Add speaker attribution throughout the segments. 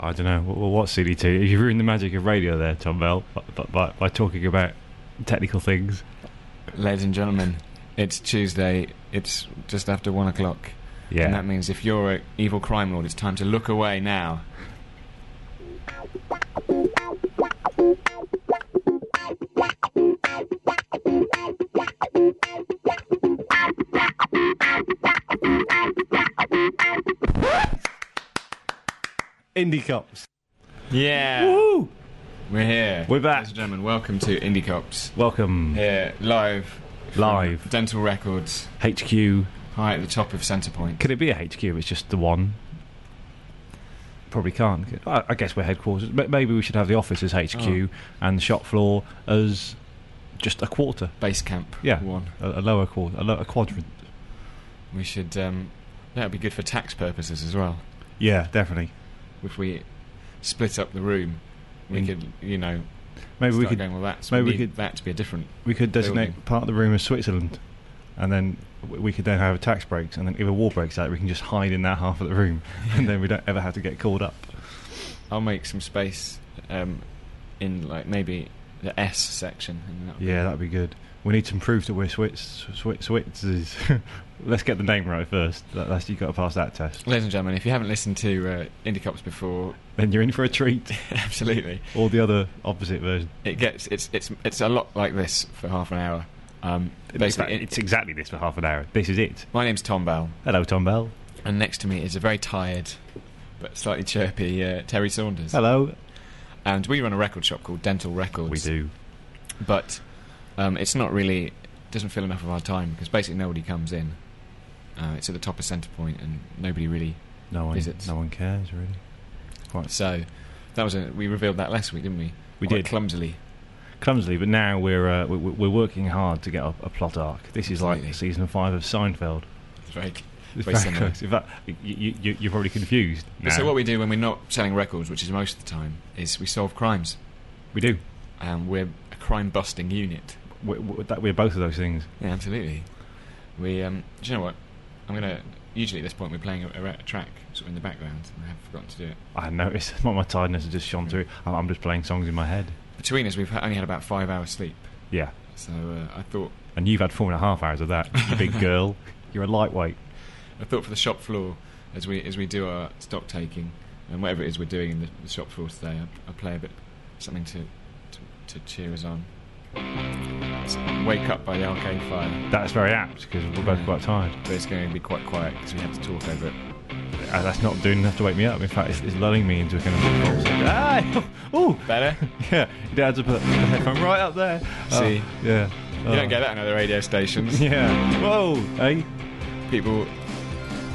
Speaker 1: I don't know. Well, what's CD2? You ruined the magic of radio there, Tom Bell, by, by, by talking about technical things.
Speaker 2: Ladies and gentlemen, it's Tuesday. It's just after one o'clock.
Speaker 1: Yeah.
Speaker 2: And that means if you're an evil crime lord, it's time to look away now.
Speaker 1: Indie Cops.
Speaker 2: Yeah.
Speaker 1: Woo!
Speaker 2: We're here.
Speaker 1: We're back.
Speaker 2: Ladies and gentlemen, welcome to Indie Cops.
Speaker 1: Welcome.
Speaker 2: Here, live. from
Speaker 1: Live.
Speaker 2: Dental Records,
Speaker 1: HQ.
Speaker 2: high at the top of Centrepoint.
Speaker 1: Could it be a HQ? It's just the one. Probably can't. I I guess we're headquarters. But maybe we should have the office as HQ
Speaker 2: Oh.
Speaker 1: and the shop floor as just a quarter,
Speaker 2: Base Camp
Speaker 1: Yeah.
Speaker 2: 1.
Speaker 1: a, a lower quarter, a, lo- a quadrant.
Speaker 2: We should, um, that would be good for tax purposes as well.
Speaker 1: Yeah, definitely.
Speaker 2: If we split up the room, we
Speaker 1: In-
Speaker 2: could, you know,
Speaker 1: Maybe
Speaker 2: start
Speaker 1: we could
Speaker 2: going with that. So
Speaker 1: maybe
Speaker 2: we,
Speaker 1: we
Speaker 2: need
Speaker 1: could-
Speaker 2: that to be a different.
Speaker 1: we could designate
Speaker 2: building.
Speaker 1: part of the room as Switzerland, and then w- we could then have tax breaks, and then if a war breaks out, we can just hide in that half of the room, and then we don't ever have to get called up.
Speaker 2: I'll make some space um, in, like, maybe the S section. and that'll be-
Speaker 1: Yeah, that'd be good. We need to prove that we're Swiss. Swiss, Swiss. Let's get the name right first. That, that's you got to pass that test.
Speaker 2: Ladies and gentlemen, if you haven't listened to uh, Indie Cops before,
Speaker 1: Then you're in for a treat.
Speaker 2: absolutely.
Speaker 1: Or the other opposite version.
Speaker 2: It gets it's it's it's a lot like this for half an hour. Um,
Speaker 1: It's,
Speaker 2: basically, it-
Speaker 1: exactly this for half an hour. This is it.
Speaker 2: my name's Tom Bell,
Speaker 1: Hello, Tom Bell.
Speaker 2: and next to me is a very tired but slightly chirpy uh, Terry Saunders.
Speaker 1: Hello.
Speaker 2: And we run a record shop called Dental Records.
Speaker 1: We do.
Speaker 2: but um, it's not really doesn't fill enough of our time because basically nobody comes in. Uh, it's at the top of Centre Point, and nobody really.
Speaker 1: No one.
Speaker 2: Visits.
Speaker 1: No one cares really.
Speaker 2: So that was a, we revealed that last week, didn't we?
Speaker 1: We
Speaker 2: Quite
Speaker 1: did
Speaker 2: clumsily.
Speaker 1: clumsily, but now we're uh, we- we- we're working hard to get a, a plot arc. This is like
Speaker 2: Absolutely.
Speaker 1: season five of Seinfeld.
Speaker 2: It's very
Speaker 1: It's very
Speaker 2: Very similar.
Speaker 1: close. In fact, you, you, you- you're probably confused.
Speaker 2: But
Speaker 1: now.
Speaker 2: So what we do when we're not selling records, which is most of the time, is we solve crimes.
Speaker 1: we do.
Speaker 2: Um, we're a crime-busting unit.
Speaker 1: We're, we're, that, we're both of those things.
Speaker 2: Yeah, absolutely. We, um, do you know what? I'm gonna. Usually at this point, we're playing a, a ra- track sort of in the background. and I have forgotten to do it.
Speaker 1: I noticed. My, my tiredness has just
Speaker 2: Mm.
Speaker 1: shone through. I'm, I'm just playing songs in my head.
Speaker 2: Between us, we've ha- only had about five hours sleep,
Speaker 1: Yeah.
Speaker 2: so uh, I thought
Speaker 1: And you've had four and a half hours of that, you big girl. You're a lightweight.
Speaker 2: I thought for the shop floor as we as we do our stock taking and whatever it is we're doing in the, the shop floor today, I, I play a bit something to to, to cheer us on. It's Wake up by the Arcade Fire,
Speaker 1: That's very apt because we're both quite tired.
Speaker 2: but it's going to be quite quiet because we have to talk over it.
Speaker 1: Uh, that's not doing enough to wake me up. In fact, it's, it's lulling me into a kind of false. Ah! Oh!
Speaker 2: Better.
Speaker 1: Yeah, you had to put the headphone right up there. Oh,
Speaker 2: See?
Speaker 1: yeah. Oh.
Speaker 2: You don't get that on other radio stations.
Speaker 1: Yeah. Whoa! Hey,
Speaker 2: People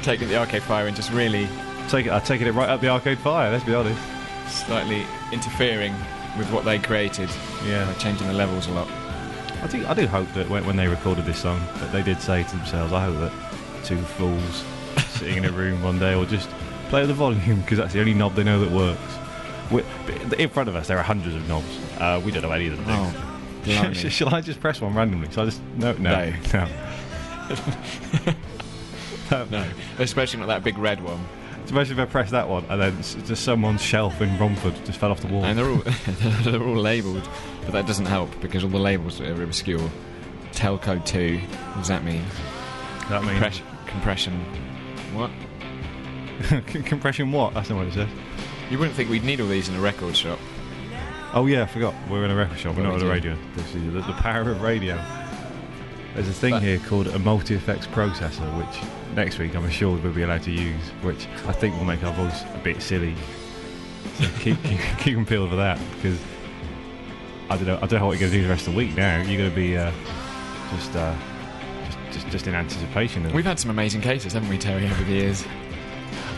Speaker 2: taking the arcade fire and just really
Speaker 1: take it. I taking it right up the arcade fire. Let's be honest.
Speaker 2: slightly interfering with what they created by
Speaker 1: Yeah.
Speaker 2: changing the levels a lot.
Speaker 1: I do. I do hope that when, when they recorded this song, that they did say to themselves, "I hope that two fools sitting in a room one day will just play the volume because that's the only knob they know that works." we in front of us, there are hundreds of knobs. Uh, we don't know any of them. do we?
Speaker 2: blimey.
Speaker 1: Sh- Shall I just press one randomly? Shall I just no no
Speaker 2: No.
Speaker 1: no?
Speaker 2: no, especially not that big red one.
Speaker 1: Uh, Imagine if I press that one and then s- just someone's shelf in Romford just fell off the wall.
Speaker 2: And they're all they're all labelled, but that doesn't help because all the labels are obscure. Telco two, what does that mean?
Speaker 1: that means
Speaker 2: Compress- compression. What?
Speaker 1: compression. what? That's not what it says.
Speaker 2: You wouldn't think we'd need all these in a record shop.
Speaker 1: Oh yeah, I forgot. We're in a record shop. We're not
Speaker 2: What
Speaker 1: on
Speaker 2: we
Speaker 1: a
Speaker 2: do.
Speaker 1: radio. This is the, the power of radio. There's a thing
Speaker 2: But-
Speaker 1: here called a multi-effects processor, which next week I'm assured we'll be allowed to use, which I think will make our voice a bit silly. So keep keep, keep them peeled for that because I don't know. I don't know what you're going to do the rest of the week. Now you're going to be uh, just, uh, just just just in anticipation. Of
Speaker 2: We've had some amazing cases, haven't we, Terry, over the years?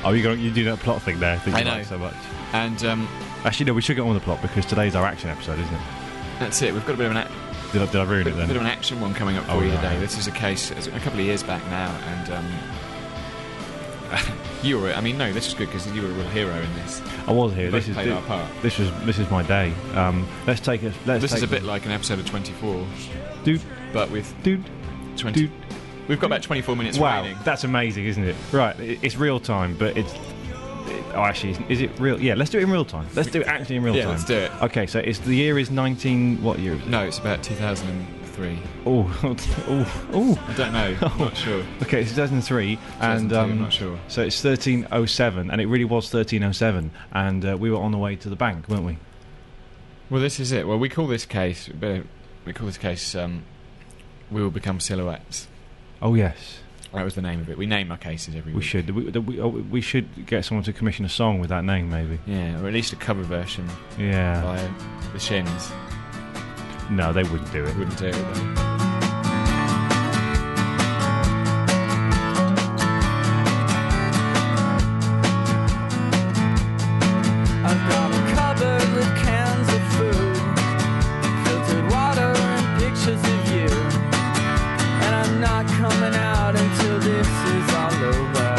Speaker 1: Oh, you got you do that plot thing there. That
Speaker 2: I
Speaker 1: you
Speaker 2: know.
Speaker 1: like so much.
Speaker 2: And um,
Speaker 1: Actually, no, we should get on with the plot because today's our action episode, isn't it?
Speaker 2: that's it. We've got a bit of an ac-
Speaker 1: Did I, did I ruin
Speaker 2: bit,
Speaker 1: it then?
Speaker 2: bit of an action one coming up for
Speaker 1: Oh,
Speaker 2: you
Speaker 1: yeah.
Speaker 2: today. This is a case it's a couple of years back now, and um, you were. I mean, no, this is good because you were a real hero in this.
Speaker 1: I was here.
Speaker 2: Both
Speaker 1: This is
Speaker 2: played our part.
Speaker 1: this was this is my day. Um, let's take it. Let's
Speaker 2: This
Speaker 1: take
Speaker 2: is a bit like an episode of Twenty Four,
Speaker 1: dude,
Speaker 2: but with
Speaker 1: dude.
Speaker 2: twenty.
Speaker 1: Dude.
Speaker 2: We've got about twenty-four minutes
Speaker 1: Wow,
Speaker 2: remaining.
Speaker 1: that's amazing, isn't it? Right, i- it's real time, but it's. Oh, actually, is it real? Yeah, let's do it in real time. Let's do it actually in real
Speaker 2: Yeah,
Speaker 1: time.
Speaker 2: let's do it.
Speaker 1: Okay, so it's the year is 19. What year is it?
Speaker 2: No, it's about 2003.
Speaker 1: Oh, oh, oh.
Speaker 2: I don't know. I'm not sure.
Speaker 1: Okay, it's 2003, and
Speaker 2: 2002, I'm
Speaker 1: um,
Speaker 2: not sure.
Speaker 1: so it's 1307, and it really was 1307, and uh, we were on the way to the bank, weren't we?
Speaker 2: Well, this is it. Well, we call this case. we better- We call this case. Um, we will become silhouettes.
Speaker 1: Oh yes,
Speaker 2: That was the name of it. We name our cases every
Speaker 1: we
Speaker 2: week.
Speaker 1: should. We, we, oh, we should get someone to commission a song with that name, maybe.
Speaker 2: Yeah, or at least a cover version
Speaker 1: Yeah.
Speaker 2: by the Shins.
Speaker 1: No, they wouldn't do it.
Speaker 2: Wouldn't do it.
Speaker 3: I've got it covered with cans of food, filtered water and pictures of you. And I'm not coming out until this is all over.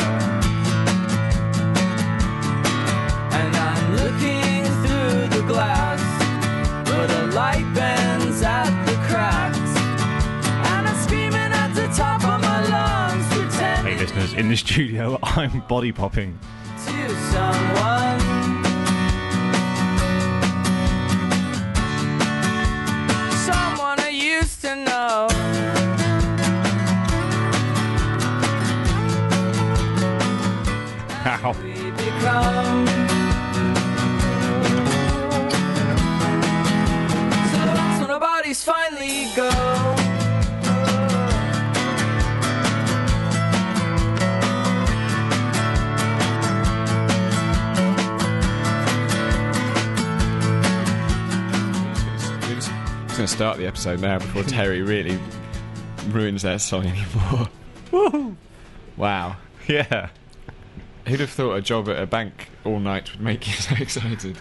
Speaker 3: And I'm looking through the glass, but a light bends at the cracks. And I'm screaming at the top of my lungs,
Speaker 1: Hey,
Speaker 3: pretending
Speaker 1: listeners, in the studio, I'm body popping.
Speaker 3: to someone. Someone I used to know.
Speaker 1: Ow.
Speaker 3: We become. So that's when our bodies finally go.
Speaker 2: We're just going to start the episode now before Terry really ruins that song anymore. Wow.
Speaker 1: Yeah.
Speaker 2: Who'd have thought a job at a bank all night would make you so excited?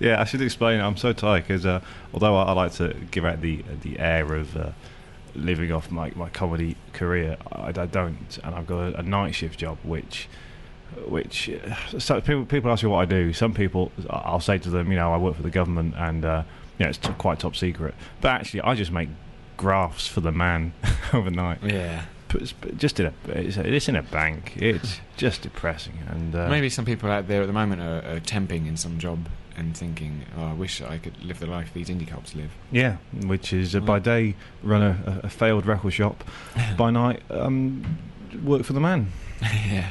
Speaker 1: Yeah, I should explain. I'm so tired because uh, although I, I like to give out the the air of uh, living off my, my comedy career, I, I don't, and I've got a, a night shift job, which which uh, so people people ask me what I do. Some people, I- I'll say to them, you know, I work for the government, and uh, you know, it's t- quite top secret. But actually, I just make graphs for the man overnight.
Speaker 2: Yeah.
Speaker 1: But it's- but just in a it's, it's in a bank. It's just depressing, and uh,
Speaker 2: Maybe some people out there at the moment are, are temping in some job and thinking, oh, I wish I could live the life these indie cops live.
Speaker 1: Yeah, which is uh, by day run a, a failed record shop, by night um, work for the man.
Speaker 2: yeah.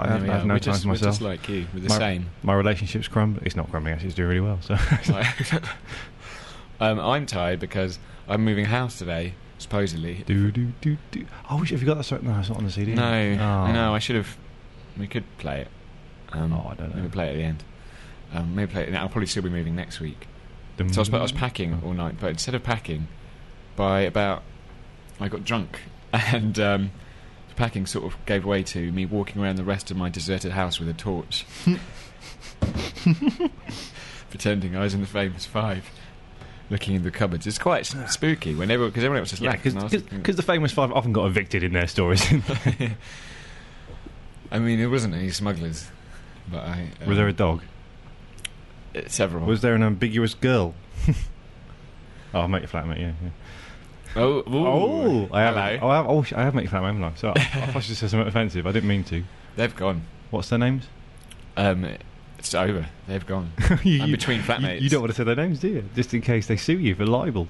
Speaker 1: I
Speaker 2: There
Speaker 1: have,
Speaker 2: we
Speaker 1: I have
Speaker 2: are.
Speaker 1: no
Speaker 2: we're
Speaker 1: time
Speaker 2: just,
Speaker 1: for
Speaker 2: we're
Speaker 1: myself.
Speaker 2: just like you. We're the
Speaker 1: My-
Speaker 2: same.
Speaker 1: My relationship's crumbling. It's not crumbling. Actually, it's doing really well. So
Speaker 2: Like- um, I'm tired because I'm moving house today, supposedly.
Speaker 1: do do do do. I wish have you got that? Song? No, it's not on the CD.
Speaker 2: No,
Speaker 1: Oh.
Speaker 2: no, I should have. We could play it. Um,
Speaker 1: Oh, I don't know.
Speaker 2: Maybe play it at the end. Um, maybe play it. I'll probably still be moving next week. So I was, I
Speaker 1: Mm.
Speaker 2: was packing all night, but instead of packing, by about I got drunk and um, packing sort of gave way to me walking around the rest of my deserted house with a torch, pretending I was in the famous five, looking in the cupboards. It's quite s- spooky when everyone because everyone else is
Speaker 1: Ah. Yeah,
Speaker 2: left. and I was thinking-
Speaker 1: because the famous five often got evicted in their stories.
Speaker 2: I mean, there wasn't any smugglers, but I um,
Speaker 1: Was there a dog?
Speaker 2: uh, several.
Speaker 1: Was there an ambiguous girl? oh, I'll make your flatmate. Yeah. yeah.
Speaker 2: oh, ooh,
Speaker 1: oh, I have.
Speaker 2: hello.
Speaker 1: Oh, I have. Oh, sh- I have made your flatmate. Haven't I? So I, I thought you said something offensive. I didn't mean to.
Speaker 2: they've gone.
Speaker 1: What's their names?
Speaker 2: Um, it's over. They've gone.
Speaker 1: you,
Speaker 2: I'm between
Speaker 1: you,
Speaker 2: flatmates.
Speaker 1: you don't want to say their names, do you? Just in case they sue you for libel.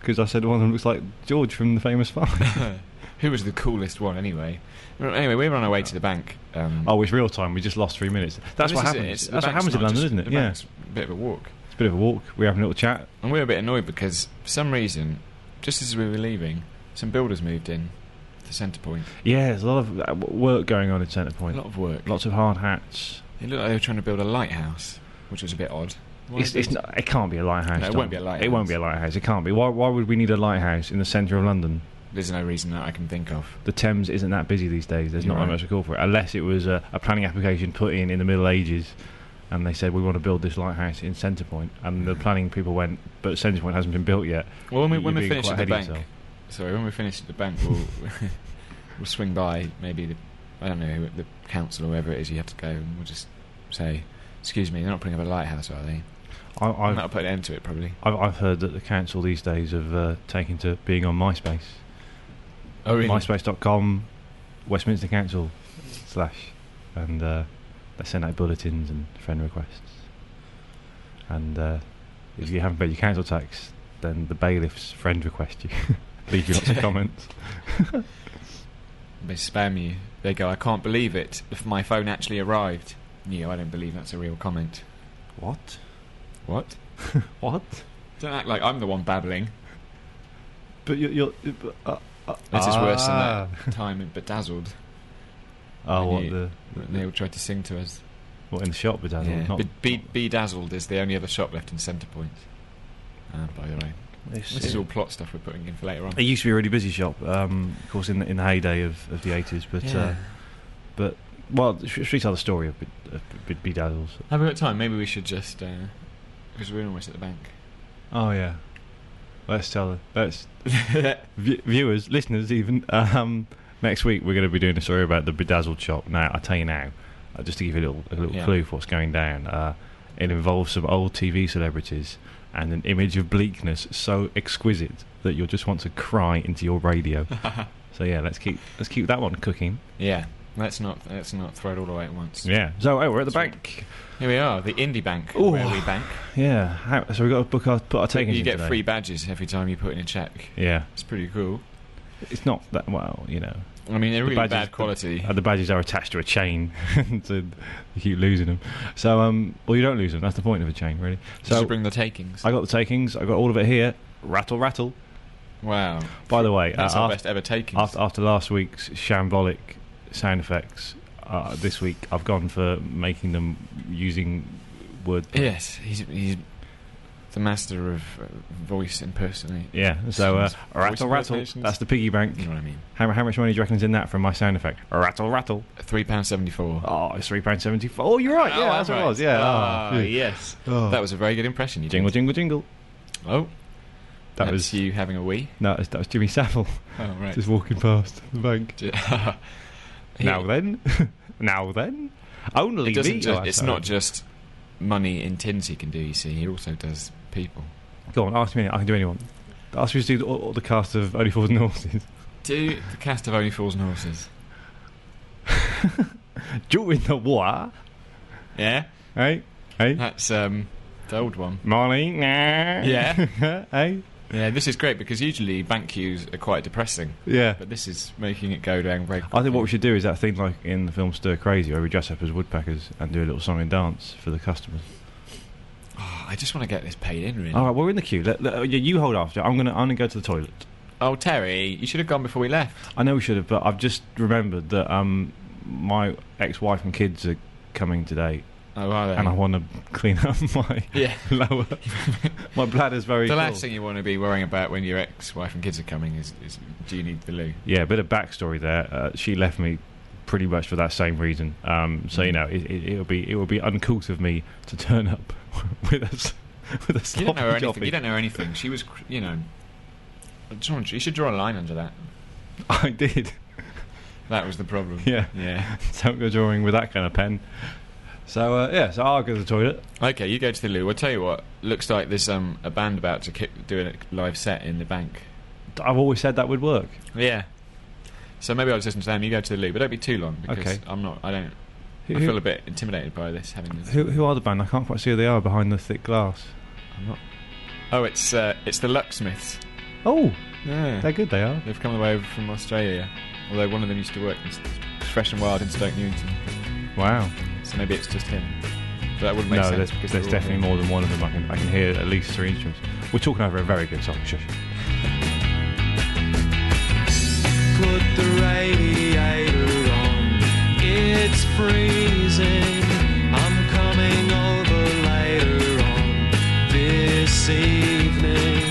Speaker 1: Because I said one of them looks like George from the famous five.
Speaker 2: Who was the coolest one anyway? Well, Anyway, we were on our way to the bank. Um,
Speaker 1: oh, it's real time. We just lost three minutes. That's
Speaker 2: this
Speaker 1: what
Speaker 2: is it,
Speaker 1: happens.
Speaker 2: it's- the
Speaker 1: That's what
Speaker 2: bank's
Speaker 1: happens in
Speaker 2: not
Speaker 1: London,
Speaker 2: just-
Speaker 1: isn't it?
Speaker 2: the
Speaker 1: Yeah.
Speaker 2: bank's a bit of a walk,
Speaker 1: It's a bit of a walk. We have a little chat.
Speaker 2: and we were a bit annoyed because for some reason, just as we were leaving, some builders moved in to Centre Point.
Speaker 1: Yeah, there's a lot of uh, w- work going on in Centre
Speaker 2: A
Speaker 1: Point.
Speaker 2: lot of work.
Speaker 1: Lots of hard hats.
Speaker 2: It looked like they were trying to build a lighthouse, which was a bit odd. Why
Speaker 1: It's,
Speaker 2: did-
Speaker 1: it's not, it can't be a lighthouse.
Speaker 2: No, it
Speaker 1: Tom.
Speaker 2: won't be a lighthouse.
Speaker 1: It won't be a lighthouse. It can't be. Why, why would we need a lighthouse in the centre of London?
Speaker 2: There's no reason that I can think of.
Speaker 1: the Thames isn't that busy these days. There's
Speaker 2: You're
Speaker 1: not
Speaker 2: right.
Speaker 1: that much to call for it, unless it was a, a planning application put in in the Middle Ages, and they said we want to build this lighthouse in Centre Point, and the planning people went, but Centre Point hasn't been built yet.
Speaker 2: Well, when we,
Speaker 1: You're
Speaker 2: when we
Speaker 1: being
Speaker 2: finish
Speaker 1: quite
Speaker 2: at the
Speaker 1: ahead
Speaker 2: bank,
Speaker 1: of yourself.
Speaker 2: sorry, when we finish at the bank, we'll we'll swing by maybe the I don't know who- the council or wherever it is you have to go, and we'll just say, "Excuse me, they're not putting up a lighthouse, are they?"
Speaker 1: I,
Speaker 2: i will
Speaker 1: I've,
Speaker 2: not put an end to it, probably.
Speaker 1: I've I've heard that the council these days have uh, taken to being on MySpace,
Speaker 2: Oh, really?
Speaker 1: MySpace.com, Westminster Council slash, and uh, They send out bulletins and friend requests. And uh, if you haven't paid your council tax, then the bailiffs friend request you, leave you lots of comments.
Speaker 2: They spam you. They go, I can't believe it. If my phone actually arrived. Neo, I don't believe that's a real comment.
Speaker 1: What?
Speaker 2: What?
Speaker 1: What?
Speaker 2: Don't act like I'm the one babbling.
Speaker 1: But you're. you're but, uh, uh,
Speaker 2: This is worse than
Speaker 1: ah.
Speaker 2: that time in Bedazzled.
Speaker 1: Oh,
Speaker 2: And
Speaker 1: what
Speaker 2: you-
Speaker 1: the, the-
Speaker 2: Neil tried to sing to us.
Speaker 1: what in the shop? But
Speaker 2: Yeah.
Speaker 1: not.
Speaker 2: Be- Be- Bedazzled is the only other shop left in Centre Point. Uh, by the way,
Speaker 1: This
Speaker 2: this is all plot stuff we're putting in for later on.
Speaker 1: It used to be a really busy shop, um, of course, in the, in the heyday of, of the eighties. But uh, well, should, should we tell the story of Bed- of Bed- Bedazzles?
Speaker 2: Have we got time? Maybe we should just because we're almost at the bank.
Speaker 1: Oh yeah, let's tell. Let's v- viewers, listeners, even um, next week we're going to be doing a story about the Bedazzled shop. Now I tell you now, uh, just to give you a little a little
Speaker 2: Yeah.
Speaker 1: clue for what's going down. Uh, it involves some old TV celebrities and an image of bleakness so exquisite that you'll just want to cry into your radio. so yeah, let's keep let's keep that one cooking.
Speaker 2: yeah, let's not let's not throw it all away at once.
Speaker 1: Yeah. So oh, we're at the
Speaker 2: Sweet.
Speaker 1: bank.
Speaker 2: Here we are, the indie bank
Speaker 1: Ooh.
Speaker 2: where we bank.
Speaker 1: Yeah. How, so we got to book our put our takings.
Speaker 2: you
Speaker 1: in
Speaker 2: get
Speaker 1: today.
Speaker 2: free badges every time you put in a check.
Speaker 1: Yeah.
Speaker 2: It's pretty cool.
Speaker 1: It's not that well, you know.
Speaker 2: I mean, they're
Speaker 1: The
Speaker 2: really
Speaker 1: badges-
Speaker 2: bad quality.
Speaker 1: And Uh, the badges are attached to a chain, so you keep losing them. So, um, well, you don't lose them. That's the point of a chain, really.
Speaker 2: Just
Speaker 1: So,
Speaker 2: to bring the takings.
Speaker 1: I got the takings. I got all of it here. Rattle, rattle.
Speaker 2: wow,
Speaker 1: By the way, uh,
Speaker 2: that's our
Speaker 1: after,
Speaker 2: best ever takings.
Speaker 1: after, after last week's shambolic sound effects, uh, this week I've gone for making them using word.
Speaker 2: Yes, he's he's the master of uh, voice impersonate.
Speaker 1: Yeah. So, uh,
Speaker 2: Voice
Speaker 1: rattle, rattle.
Speaker 2: impersonations.
Speaker 1: That's the piggy bank.
Speaker 2: You know what I mean?
Speaker 1: How, how much money do you reckon's in that from my sound effect? Rattle, rattle.
Speaker 2: Three pound seventy four.
Speaker 1: Oh, it's three pound seventy four. Oh, you're right. Yeah, that's what it was. Yeah.
Speaker 2: Ah,
Speaker 1: Oh,
Speaker 2: yes.
Speaker 1: Oh.
Speaker 2: That was a very good impression. You
Speaker 1: jingle,
Speaker 2: did.
Speaker 1: jingle, jingle.
Speaker 2: Oh,
Speaker 1: That
Speaker 2: that's
Speaker 1: was
Speaker 2: you having a wee.
Speaker 1: no, that was- that was Jimmy Savile
Speaker 2: Oh right.
Speaker 1: just walking past the bank.
Speaker 2: Ju- He-
Speaker 1: Now then, now then, only
Speaker 2: it doesn't
Speaker 1: me.
Speaker 2: ju-
Speaker 1: Oh,
Speaker 2: it's
Speaker 1: sorry.
Speaker 2: not just money in tins he can do. You see, he also does people.
Speaker 1: Go on, ask me. any- I can do anyone. Ask me to do all, all the cast of Only Fools and Horses.
Speaker 2: Do the cast of Only Fools and Horses.
Speaker 1: During the war,
Speaker 2: Yeah,
Speaker 1: hey, hey,
Speaker 2: that's um the old one.
Speaker 1: Molly, nah,
Speaker 2: Yeah.
Speaker 1: hey,
Speaker 2: Yeah, this is great because usually bank queues are quite depressing,
Speaker 1: yeah.
Speaker 2: but this is making it go down very. Quickly.
Speaker 1: I think what we should do is that thing like in the film Stir Crazy, where we dress up as woodpeckers and do a little song and dance for the customers.
Speaker 2: Oh, I just want to get this paid in, really.
Speaker 1: All right, we're in the queue. Let, let- uh, yeah, you hold after. I'm gonna, I'm gonna go to the toilet.
Speaker 2: Oh, Terry, you should have gone before we left.
Speaker 1: I know we should have, but I've just remembered that um, my ex-wife and kids are coming today,
Speaker 2: Oh, are they?
Speaker 1: and I want to clean up my
Speaker 2: yeah.
Speaker 1: lower. my bladder's very.
Speaker 2: The
Speaker 1: full.
Speaker 2: last thing you want to be worrying about when your ex-wife and kids are coming is, is do you need the loo?
Speaker 1: Yeah, a bit of backstory there. Uh, she left me pretty much for that same reason. Um, so
Speaker 2: Mm.
Speaker 1: you know, it, it, it'll be it will be uncouth of me to turn up with us with a
Speaker 2: You don't know her
Speaker 1: sloppy
Speaker 2: anything. You
Speaker 1: joppy.
Speaker 2: don't know her anything. She was, cr- you know. I just want- You should draw a line under that.
Speaker 1: I did.
Speaker 2: That was the problem.
Speaker 1: Yeah,
Speaker 2: Yeah.
Speaker 1: don't go drawing with that kind of pen. So uh, yeah, so I'll go to the toilet.
Speaker 2: Okay, you go to the loo. I'll tell you what. Looks like there's um, a band about to kick, do a live set in the bank.
Speaker 1: I've always said that would work.
Speaker 2: Yeah. So maybe I'll just listen to them. You go to the loo, but don't be too long because
Speaker 1: Okay.
Speaker 2: I'm not. I don't.
Speaker 1: Who-
Speaker 2: I
Speaker 1: who-
Speaker 2: feel a bit intimidated by this. Having this.
Speaker 1: Who, who are the band? I can't quite see who they are behind the thick glass.
Speaker 2: I'm not. Oh, it's uh, it's the Lucksmiths.
Speaker 1: Oh,
Speaker 2: Yeah.
Speaker 1: they're good. They are.
Speaker 2: They've come away from Australia, although one of them used to work in S- Fresh and Wild in Stoke Newington,
Speaker 1: Wow.
Speaker 2: so maybe it's just him. But that wouldn't make
Speaker 1: No,
Speaker 2: sense.
Speaker 1: there's,
Speaker 2: because
Speaker 1: there's
Speaker 2: they're all
Speaker 1: definitely
Speaker 2: here.
Speaker 1: more than one of them. I can I can hear at least three instruments. We're talking over a very good song. Shush.
Speaker 3: Put the radiator on. It's freezing. I'm coming over later on this evening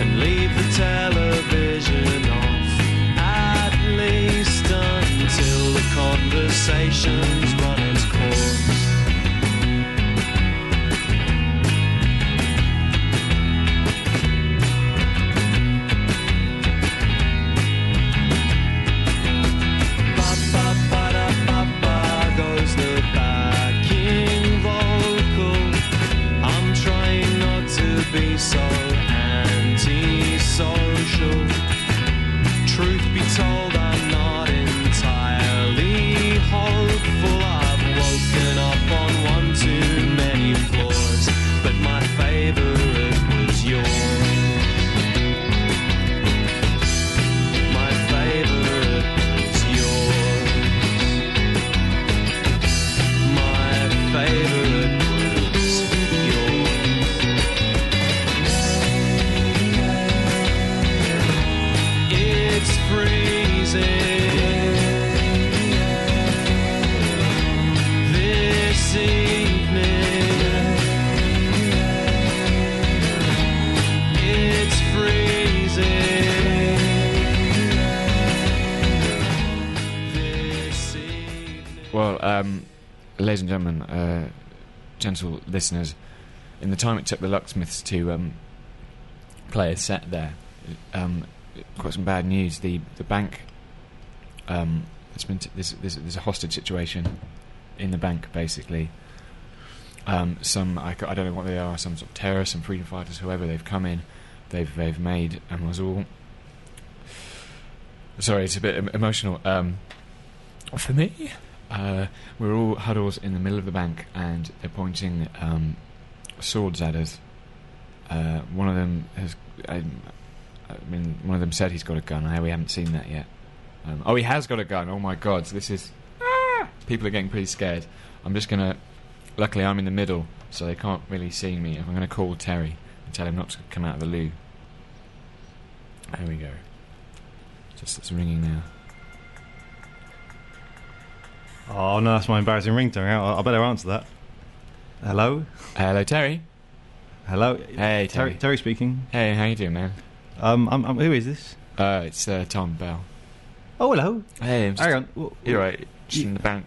Speaker 3: and leave the television off at least until the conversation's run its course. Ba-ba-ba-da-ba-ba goes the backing vocal. I'm trying not to be so antisocial. Truth be told, I'm not entirely hopeful. I've woken
Speaker 2: um, ladies and gentlemen, uh, gentle listeners, in the time it took the locksmiths to um, play a set there, um, quite some bad news. The the bank, um, it's been t- there's, there's, there's a hostage situation in the bank basically. Um, some I, c- I don't know what they are, some sort of terrorists, some freedom fighters, whoever they've come in, they've they've made and was all. Sorry, it's a bit em- emotional. Um, for me, uh, we're all huddled in the middle of the bank, and they're pointing um, swords at us. Uh, one of them has. I, I mean, one of them said he's got a gun. I, we haven't seen that yet. Um, oh, he has got a gun. Oh my God, this is. Ah! People are getting pretty scared. I'm just gonna. Luckily, I'm in the middle, so they can't really see me. I'm gonna call Terry and tell him not to come out of the loo. There we go. Just it's ringing now.
Speaker 1: Oh no, that's my embarrassing ringtone. I, I better answer that. Hello,
Speaker 2: hello, Terry.
Speaker 1: hello.
Speaker 2: Hey, Terry.
Speaker 1: Terry, Terry speaking.
Speaker 2: Hey, how you doing, man?
Speaker 1: Um, I'm, I'm, who is this?
Speaker 2: Uh, it's uh, Tom Bell.
Speaker 1: Oh, hello.
Speaker 2: Hey, I'm
Speaker 1: Hang on. W-
Speaker 2: you're right. Just in the bank.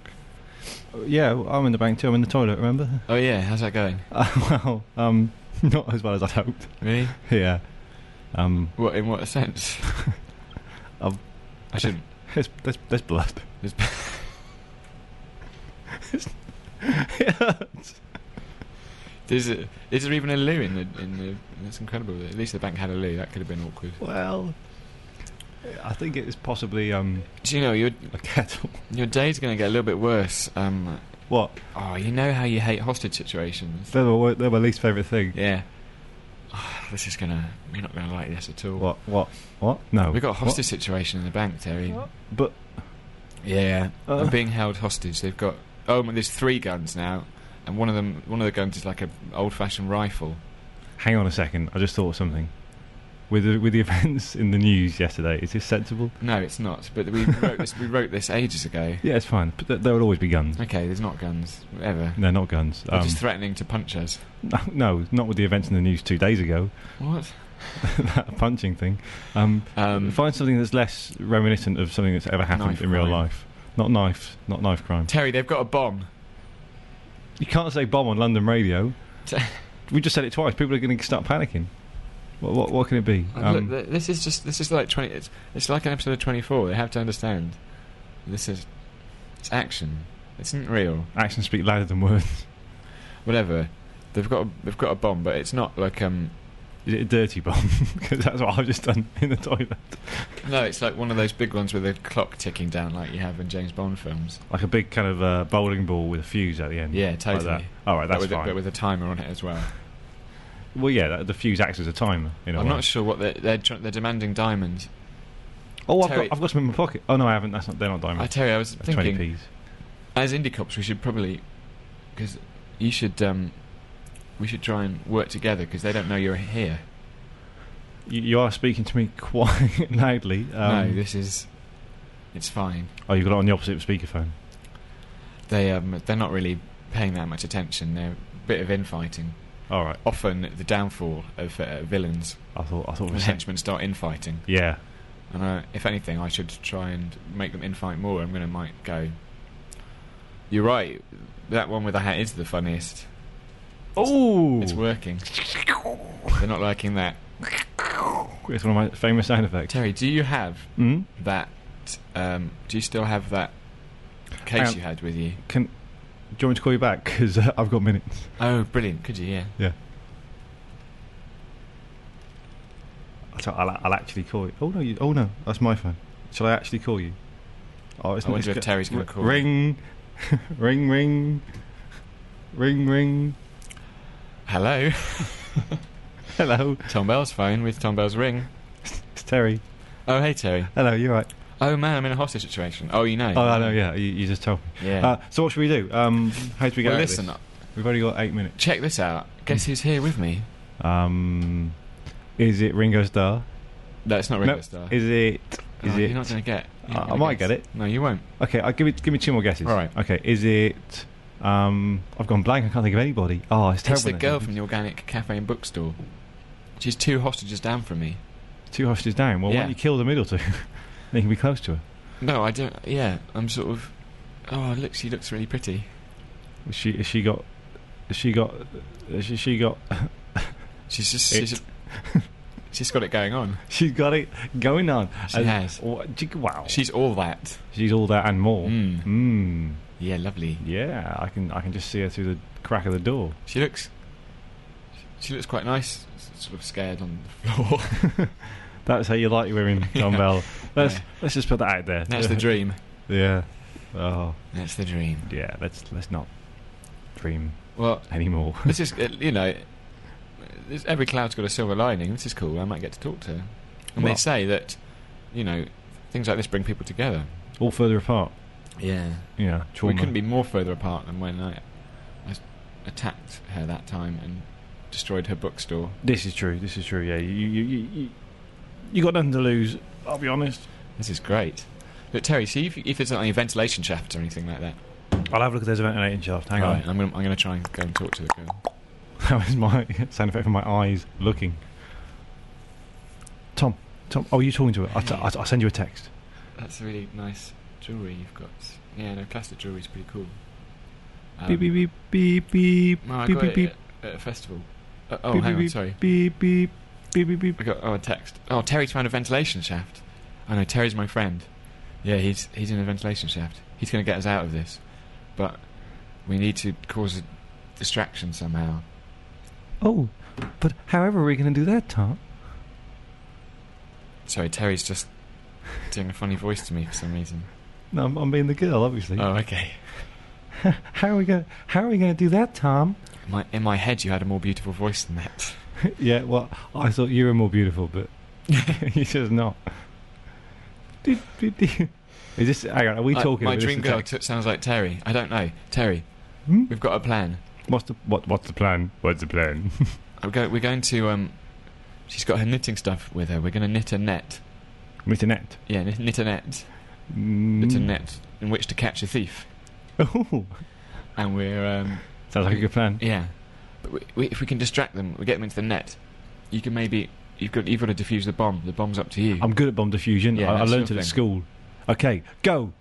Speaker 1: Yeah, I'm in the bank too. I'm in the toilet. Remember?
Speaker 2: Oh yeah, how's that going?
Speaker 1: Uh, well, um, not as well as I'd hoped.
Speaker 2: Really?
Speaker 1: yeah. Um,
Speaker 2: What in what sense?
Speaker 1: I've-
Speaker 2: I shouldn't.
Speaker 1: there's, there's, there's blood.
Speaker 2: There's
Speaker 1: it hurts.
Speaker 2: There's a, is there even a loo in the in the? That's incredible. At least the bank had a loo. That could have been awkward.
Speaker 1: Well, I think it was possibly um
Speaker 2: Do you know your
Speaker 1: a kettle.
Speaker 2: your day's going to get a little bit worse. Um,
Speaker 1: What?
Speaker 2: oh, you know how you hate hostage situations.
Speaker 1: They're my, wor- they're my least favourite thing.
Speaker 2: Yeah. Ah, this is gonna. We're not gonna like this at all.
Speaker 1: What? What? What? No.
Speaker 2: We got a
Speaker 1: What?
Speaker 2: hostage situation in the bank, Terry.
Speaker 1: But
Speaker 2: Yeah,
Speaker 1: Uh.
Speaker 2: I'm being held hostage. They've got oh, well, there's three guns now, and one of them, one of the guns is like a old-fashioned rifle.
Speaker 1: hang on a second. I just thought of something. With the, with the events in the news yesterday, is this sensible?
Speaker 2: No, it's not. But we wrote this. We wrote this ages ago.
Speaker 1: Yeah, it's fine. But th- there will always be guns.
Speaker 2: Okay, there's not guns ever.
Speaker 1: No, not guns.
Speaker 2: They're
Speaker 1: Um,
Speaker 2: just threatening to punch us.
Speaker 1: no, no, not with the events in the news two days ago.
Speaker 2: What?
Speaker 1: that punching thing. Um,
Speaker 2: Um,
Speaker 1: Find something that's less reminiscent of something that's ever happened
Speaker 2: Knife
Speaker 1: in real
Speaker 2: crime.
Speaker 1: life. Not knife, not knife crime.
Speaker 2: Terry, they've got a bomb.
Speaker 1: You can't say bomb on London radio.
Speaker 2: T-
Speaker 1: we just said it twice. People are going to start panicking. What, what, what can it be? Um,
Speaker 2: Look, th- this is just. This is like twenty. It's, it's like an episode of Twenty Four. They have to understand. This is. It's action. It's not real.
Speaker 1: actions speak louder than words.
Speaker 2: Whatever. They've got. A, they've got a bomb, but it's not like um.
Speaker 1: Is it a dirty bomb? Because that's what I've just done in the toilet.
Speaker 2: No, it's like one of those big ones with the clock ticking down, like you have in James Bond films.
Speaker 1: Like a big kind of uh, bowling ball with a fuse at the end.
Speaker 2: Yeah,
Speaker 1: Like
Speaker 2: totally.
Speaker 1: that. All right,
Speaker 2: But
Speaker 1: that's
Speaker 2: with a-
Speaker 1: fine.
Speaker 2: but with a timer on it as well.
Speaker 1: well, yeah, that, the fuse acts as a timer. In a
Speaker 2: I'm
Speaker 1: way.
Speaker 2: not sure what they're they're, tr- they're demanding diamonds.
Speaker 1: Oh, I've
Speaker 2: Terry-
Speaker 1: got, I've got some in my pocket. Oh no, I haven't. That's not. They're not
Speaker 2: I
Speaker 1: diamonds.
Speaker 2: tell you, I was
Speaker 1: They're Twenty
Speaker 2: thinking
Speaker 1: p's.
Speaker 2: as indie cops, we should probably because you should um, we should try and work together because they don't know you're here.
Speaker 1: You, you are speaking to me quite loudly.
Speaker 2: no,
Speaker 1: Um,
Speaker 2: this is it's fine.
Speaker 1: oh, you've got it on the opposite speakerphone.
Speaker 2: They um, they're not really paying that much attention. They're a bit of infighting.
Speaker 1: All right.
Speaker 2: Often the downfall of uh, villains
Speaker 1: I thought. I thought. It
Speaker 2: when
Speaker 1: was
Speaker 2: henchmen start infighting.
Speaker 1: yeah.
Speaker 2: And uh, if anything, I should try and make them infight more. I'm going to might go. You're right. That one with the hat is the funniest.
Speaker 1: Oh,
Speaker 2: It's working. They're not liking that.
Speaker 1: It's one of my famous sound effects.
Speaker 2: Terry, do you have
Speaker 1: Mm?
Speaker 2: that? Um, do you still have that
Speaker 1: Hang
Speaker 2: case
Speaker 1: on.
Speaker 2: you had with you?
Speaker 1: Can do you want me to call you back? Because uh, I've got minutes.
Speaker 2: Oh, brilliant! Could you? Yeah.
Speaker 1: I'll, t- I'll, I'll actually call you. Oh no! You, oh no! That's my phone. Shall I actually call you? Oh, it's
Speaker 2: I wonder if
Speaker 1: it's
Speaker 2: Terry's going to call.
Speaker 1: Ring, ring, ring, ring, ring.
Speaker 2: Hello,
Speaker 1: Hello,
Speaker 2: Tom Bell's phone with Tom Bell's ring.
Speaker 1: it's Terry.
Speaker 2: Oh, hey Terry.
Speaker 1: Hello, you're right.
Speaker 2: Oh man, I'm in a hostage situation. Oh, you know.
Speaker 1: Oh, I know. Yeah, you, you just told me.
Speaker 2: Yeah.
Speaker 1: Uh, so what should we do? Um, how do we get?
Speaker 2: well,
Speaker 1: out of this?
Speaker 2: listen.
Speaker 1: We've only got eight minutes.
Speaker 2: Check this out. Guess who's here with me?
Speaker 1: Um, is it Ringo Starr?
Speaker 2: No, it's not
Speaker 1: No,
Speaker 2: Ringo Starr.
Speaker 1: Is it? Is
Speaker 2: Oh,
Speaker 1: it?
Speaker 2: You're not going to get. you're not
Speaker 1: I
Speaker 2: gonna
Speaker 1: might get it.
Speaker 2: No, you won't.
Speaker 1: Okay, I give me give me two more guesses.
Speaker 2: All right.
Speaker 1: Okay, is it? Um, I've gone blank. I can't think of anybody. Oh, it's terrible.
Speaker 2: It's the
Speaker 1: that
Speaker 2: girl
Speaker 1: happens.
Speaker 2: from the organic cafe and bookstore. She's two hostages down from me.
Speaker 1: two hostages down. Well, why
Speaker 2: Yeah.
Speaker 1: don't you kill the middle two? they can be close to her.
Speaker 2: No, I don't. Yeah, I'm sort of. Oh, look, she looks really pretty.
Speaker 1: Has She has she got has she got has she, she got
Speaker 2: She's just she's, she's got it going on.
Speaker 1: she's got it going on.
Speaker 2: She
Speaker 1: And-
Speaker 2: has.
Speaker 1: wa- gee, Wow.
Speaker 2: She's all that.
Speaker 1: she's all that and more.
Speaker 2: Mm.
Speaker 1: Mm.
Speaker 2: Yeah, lovely.
Speaker 1: Yeah, I can I can just see her through the crack of the door.
Speaker 2: She looks. She looks quite nice. s- Sort of scared on the floor.
Speaker 1: That's how you like women, John
Speaker 2: Yeah.
Speaker 1: Bell. Let's
Speaker 2: Yeah.
Speaker 1: let's just put that out there.
Speaker 2: That's the dream.
Speaker 1: Yeah. Oh
Speaker 2: That's the dream.
Speaker 1: yeah. Let's let's not dream
Speaker 2: Well,
Speaker 1: anymore.
Speaker 2: this is uh, you know, this, every cloud's got a silver lining. This is cool. I might get to talk to her. And they
Speaker 1: Well-
Speaker 2: say that, you know, things like this bring people together.
Speaker 1: all further apart.
Speaker 2: Yeah.
Speaker 1: Yeah. Trauma.
Speaker 2: We couldn't be more further apart than when I, I s- attacked her that time and destroyed her bookstore.
Speaker 1: This is true. This is true. Yeah. You you you you, you got nothing to lose. I'll be honest.
Speaker 2: This is great. Look, Terry, see if, if there's any ventilation shafts or anything like that.
Speaker 1: I'll have a look at those ventilating shaft. Hang
Speaker 2: Right,
Speaker 1: on.
Speaker 2: I'm going to I'm gonna try and go and talk to the girl.
Speaker 1: That was my sound effect for my eyes looking. Tom, Tom, oh, are you talking to her? I'll, t- I'll, I'll send you a text.
Speaker 2: That's really nice jewellery you've got. Yeah, no, plastic jewellery's pretty cool. Um,
Speaker 1: beep beep beep beep beep
Speaker 2: No, I
Speaker 1: beep
Speaker 2: got
Speaker 1: beep
Speaker 2: it
Speaker 1: beep
Speaker 2: at, at a festival. Uh, oh,
Speaker 1: beep,
Speaker 2: hang on,
Speaker 1: beep,
Speaker 2: sorry.
Speaker 1: beep beep beep beep beep.
Speaker 2: I got oh, a text. Oh, Terry's found a ventilation shaft. I know, Terry's my friend. Yeah, he's he's in a ventilation shaft. He's going to get us out of this. But we need to cause a distraction somehow.
Speaker 1: Oh, but however are we going to do that, Tom?
Speaker 2: Sorry, Terry's just doing a funny voice to me for some reason.
Speaker 1: No, I'm, I'm being the girl, obviously.
Speaker 2: Oh, okay.
Speaker 1: How are we going? How are we going to do that, Tom?
Speaker 2: In my, in my head, you had a more beautiful voice than that.
Speaker 1: yeah, well, I thought you were more beautiful, but you're just not. Is this? Hang on, are we
Speaker 2: I-
Speaker 1: talking?
Speaker 2: my
Speaker 1: about this
Speaker 2: dream
Speaker 1: in
Speaker 2: girl
Speaker 1: text?
Speaker 2: t- sounds like Terry. I don't know. Terry,
Speaker 1: Hmm?
Speaker 2: we've got a plan.
Speaker 1: What's the what? What's the plan? What's the plan?
Speaker 2: I'm go- we're going to. Um, she's got her knitting stuff with her. We're going to knit a net.
Speaker 1: With a net.
Speaker 2: Yeah, knit, knit a net. Knit a net in which to catch a thief.
Speaker 1: Mm. Oh,
Speaker 2: And we're. Um,
Speaker 1: sounds like a good plan.
Speaker 2: yeah. But we, we, if we can distract them, we get them into the net. You can maybe. You've got, you've got to defuse the bomb. The bomb's up to you.
Speaker 1: I'm good at bomb diffusion.
Speaker 2: Yeah,
Speaker 1: I, I
Speaker 2: that's
Speaker 1: learned it
Speaker 2: your
Speaker 1: at
Speaker 2: thing.
Speaker 1: school. Okay, go.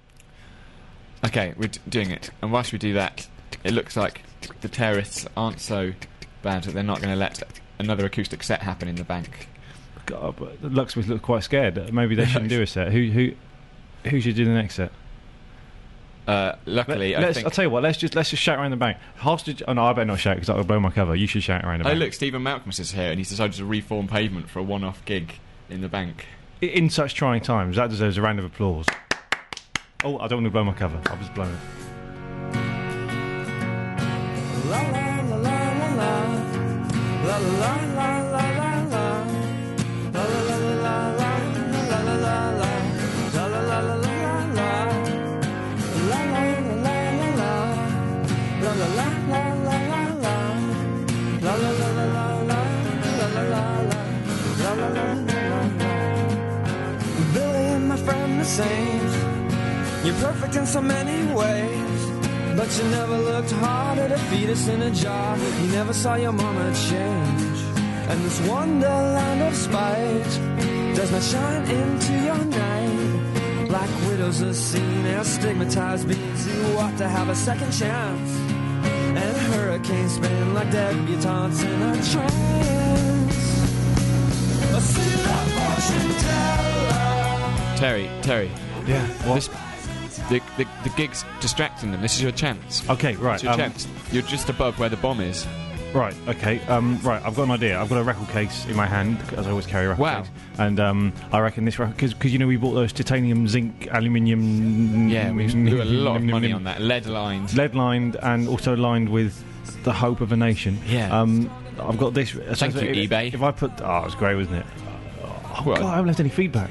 Speaker 2: Okay, we're d- doing it. And whilst we do that, it looks like the terrorists aren't so bad that they're not going to let another acoustic set happen in the bank.
Speaker 1: God, but the Luxmith uh, looked quite scared. Uh, Maybe they shouldn't do a set. Who who who should do the next set?
Speaker 2: Uh, luckily, I
Speaker 1: us
Speaker 2: think.
Speaker 1: I'll tell you what. Let's just let's just shout around the bank. Hostage. Oh no, I better not shout because that will blow my cover. You should shout around the
Speaker 2: Oh,
Speaker 1: bank.
Speaker 2: look, Stephen Malcolmus is here, and he's decided to reform pavement for a one off gig in the bank.
Speaker 1: I- In such trying times, that deserves a round of applause. Oh, I don't want to blow my cover. I've just blown it.
Speaker 3: La la la la la la. La la la la la la. La la la la la la. La la la la. La la la la la la. La la la la la la. La la la la la la la. La la la la la la. La la la la. La la la la la. Billy and my friend the same. You're perfect in so many ways. But you never looked hard at a fetus in a jar. You never saw your mama change. And this wonderland of spite does not shine into your night. Black widows are seen as stigmatized beings who ought to have a second chance. And hurricanes spin like debutantes in a trance. A city of fortune teller.
Speaker 2: Terry, Terry,
Speaker 1: Yeah. What?
Speaker 2: this, the, the, the gig's distracting them. This is your chance.
Speaker 1: okay. Right.
Speaker 2: It's your
Speaker 1: um,
Speaker 2: chance. You're just above where the bomb is.
Speaker 1: Right. Okay. Um, right. I've got an idea. I've got a record case in my hand, as I always carry a record
Speaker 2: Wow.
Speaker 1: case. And um, I reckon this record because you know we bought those titanium, zinc, aluminium.
Speaker 2: Yeah, we blew a lot of money on that. Lead lined.
Speaker 1: Lead lined and also lined with the hope of a nation.
Speaker 2: Yeah.
Speaker 1: Um, I've got this. so
Speaker 2: Thank
Speaker 1: if-
Speaker 2: you,
Speaker 1: if-
Speaker 2: eBay.
Speaker 1: If I put, oh, it was great, wasn't it? Oh
Speaker 2: Well-
Speaker 1: God, I haven't left any feedback.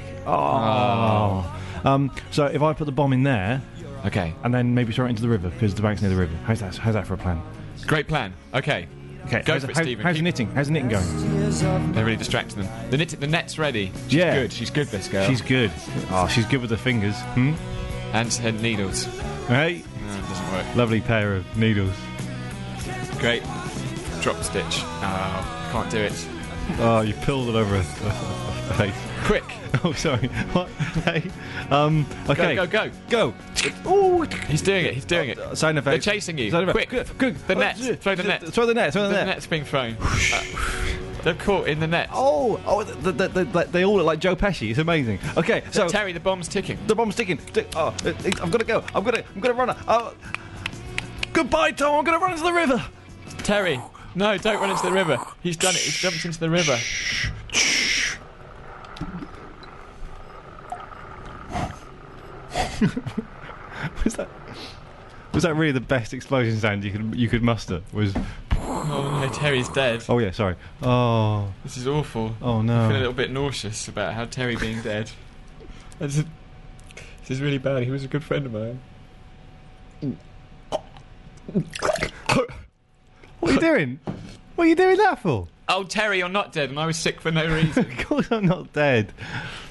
Speaker 1: Oh. Um, so if I put the bomb in there
Speaker 2: Okay.
Speaker 1: and then maybe throw it into the river because the bank's near the river. How's that? How's that for a plan?
Speaker 2: Great plan. Okay.
Speaker 1: Okay.
Speaker 2: Go
Speaker 1: how's
Speaker 2: for it,
Speaker 1: how-
Speaker 2: Stephen.
Speaker 1: How's
Speaker 2: Keep-
Speaker 1: the knitting? How's the knitting going?
Speaker 3: Years of
Speaker 2: They're really distracting them. The, knit, the net's ready. She's
Speaker 1: Yeah.
Speaker 2: good. She's good, this girl.
Speaker 1: She's good. Oh, she's good with the fingers. Hmm?
Speaker 2: and her needles.
Speaker 1: Hey,
Speaker 2: No, it doesn't work.
Speaker 1: lovely pair of needles.
Speaker 2: Great. Drop stitch. Oh, can't do it.
Speaker 1: Oh, you pilled it over a, a- a face.
Speaker 2: Quick,
Speaker 1: Oh, sorry. What? Hey. Um, okay.
Speaker 2: go, go, go!
Speaker 1: go. Ooh.
Speaker 2: He's doing it. He's doing it.
Speaker 1: Uh, Sound effects.
Speaker 2: chasing you.
Speaker 1: Sound effects.
Speaker 2: Quick.
Speaker 1: Good, good.
Speaker 2: The
Speaker 1: Oh,
Speaker 2: net.
Speaker 1: shit.
Speaker 2: Throw the net.
Speaker 1: Throw the net. Throw
Speaker 2: The
Speaker 1: the net.
Speaker 2: net's being thrown. Uh, they're caught in the net.
Speaker 1: Oh, oh, th th th th- they all look like Joe Pesci. It's amazing. Okay, so
Speaker 2: Terry, the bomb's ticking.
Speaker 1: the bomb's ticking. Tick- Oh, it- it- I've got to go. I'm gonna, I'm gonna run. Oh, goodbye, Tom. I'm gonna run into the river.
Speaker 2: Terry, no, don't run into the river. He's done it. He's jumped into the river.
Speaker 1: Was that? Was that really the best explosion sound you could you could muster? Was
Speaker 2: Oh no, Terry's dead.
Speaker 1: oh yeah, sorry. Oh
Speaker 2: This is awful.
Speaker 1: oh
Speaker 2: I feel
Speaker 1: no.
Speaker 2: a little bit nauseous about how Terry being dead. This is, this is really bad. He was a good friend of mine.
Speaker 1: What are you doing? What are you doing that for?
Speaker 2: Oh, Terry, you're not dead, and I was sick for no reason.
Speaker 1: Of course I'm not dead.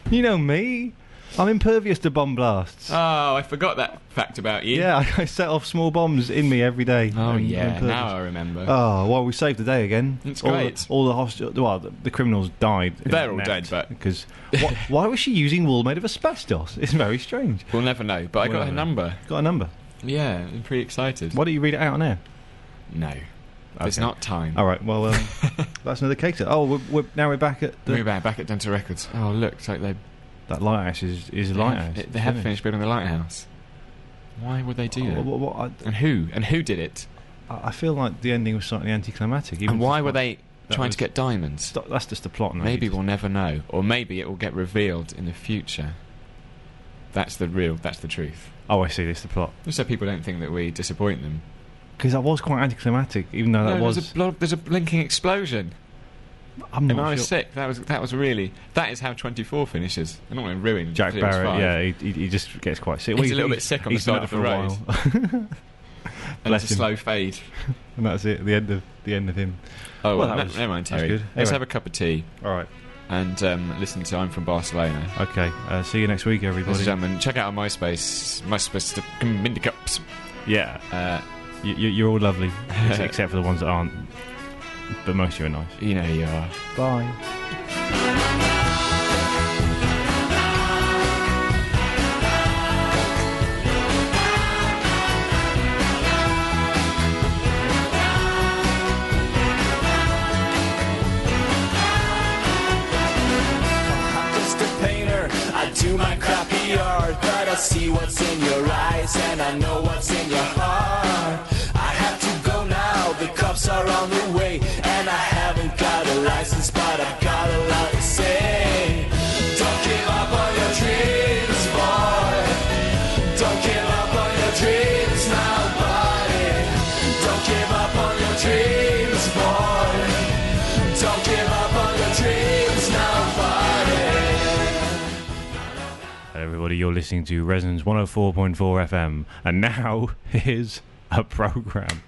Speaker 1: You know me. I'm impervious to bomb blasts.
Speaker 2: oh, I forgot that fact about you.
Speaker 1: yeah, I, set off small bombs in me every day.
Speaker 2: Oh
Speaker 1: I'm
Speaker 2: yeah,
Speaker 1: impervious.
Speaker 2: now I remember.
Speaker 1: Oh well, we saved the day again.
Speaker 2: That's
Speaker 1: all
Speaker 2: great.
Speaker 1: The, all the hosti- well, the, the criminals died. in
Speaker 2: They're
Speaker 1: the
Speaker 2: all
Speaker 1: net
Speaker 2: dead, but-
Speaker 1: because wh- why was she using wool made of asbestos? It's very strange.
Speaker 2: We'll never know. But I got
Speaker 1: Well,
Speaker 2: her number.
Speaker 1: Got a number.
Speaker 2: Yeah, I'm pretty excited.
Speaker 1: Why don't you read it out on air?
Speaker 2: No, there's
Speaker 1: Okay.
Speaker 2: not time.
Speaker 1: All right. Well, um, that's another case. Oh, we're, we're, now we're back at the,
Speaker 2: We're back, back at Dental Records. Oh, look, it's like they
Speaker 1: that lighthouse is is a
Speaker 2: they
Speaker 1: lighthouse.
Speaker 2: Have, they have finished building the lighthouse. Why would they do
Speaker 1: Oh,
Speaker 2: that?
Speaker 1: what- what-
Speaker 2: And who? And who did it?
Speaker 1: I, I feel like the ending was slightly anticlimactic. even
Speaker 2: And
Speaker 1: if
Speaker 2: why
Speaker 1: it's
Speaker 2: were
Speaker 1: not-
Speaker 2: they
Speaker 1: that
Speaker 2: trying
Speaker 1: was-
Speaker 2: to get diamonds?
Speaker 1: Stop- That's just the plot. now.
Speaker 2: Maybe
Speaker 1: You just-
Speaker 2: we'll never know, or maybe it will get revealed in the future. That's the real. That's the truth.
Speaker 1: Oh, I see. This the plot.
Speaker 2: Just so people don't think that we disappoint them.
Speaker 1: Because that was quite anticlimactic, even though that
Speaker 2: No,
Speaker 1: was.
Speaker 2: there's a blo- there's a blinking explosion,
Speaker 1: I'm
Speaker 2: and I
Speaker 1: not
Speaker 2: was
Speaker 1: sure.
Speaker 2: sick. That was that was really. That is how 24 finishes. I don't want to ruin
Speaker 1: Jack
Speaker 2: James
Speaker 1: Barrett,
Speaker 2: five.
Speaker 1: yeah, he, he, he just gets quite sick.
Speaker 2: He's a little bit sick on the
Speaker 1: he's been
Speaker 2: side
Speaker 1: up
Speaker 2: of the
Speaker 1: for a
Speaker 2: road.
Speaker 1: while.
Speaker 2: and it's
Speaker 1: bless
Speaker 2: a
Speaker 1: him.
Speaker 2: slow fade.
Speaker 1: and that's it. The end of the end of him.
Speaker 2: Oh,
Speaker 1: Well,
Speaker 2: well,
Speaker 1: that
Speaker 2: ne-
Speaker 1: was-
Speaker 2: never mind,
Speaker 1: that's
Speaker 2: Terry.
Speaker 1: good.
Speaker 2: Let's
Speaker 1: Anyway.
Speaker 2: have a cup of tea
Speaker 1: All right.
Speaker 2: and um, listen to "I'm from Barcelona."
Speaker 1: Okay. Uh, see you next week,
Speaker 2: Ladies
Speaker 1: everybody.
Speaker 2: and gentlemen, check out our MySpace, MySpace the Mindy Cups.
Speaker 1: Yeah,
Speaker 2: Uh,
Speaker 1: you, you, you're all lovely, ex- except for the ones that aren't. But most of you are nice.
Speaker 2: you know who you are.
Speaker 1: Bye.
Speaker 4: I'm just a painter. I do my crappy art, but I see what's in your eyes and I know what's in your heart. I have to go now. The cops are on the way, and I haven't got a license, but I've got a lot to say. Don't give up on your dreams, boy. Don't give up on your dreams now, buddy. Don't give up on your dreams, boy. Don't give up on your dreams now, buddy.
Speaker 1: Hello, everybody. You're oh listening to Resonance 104.4 FM, and now is a program.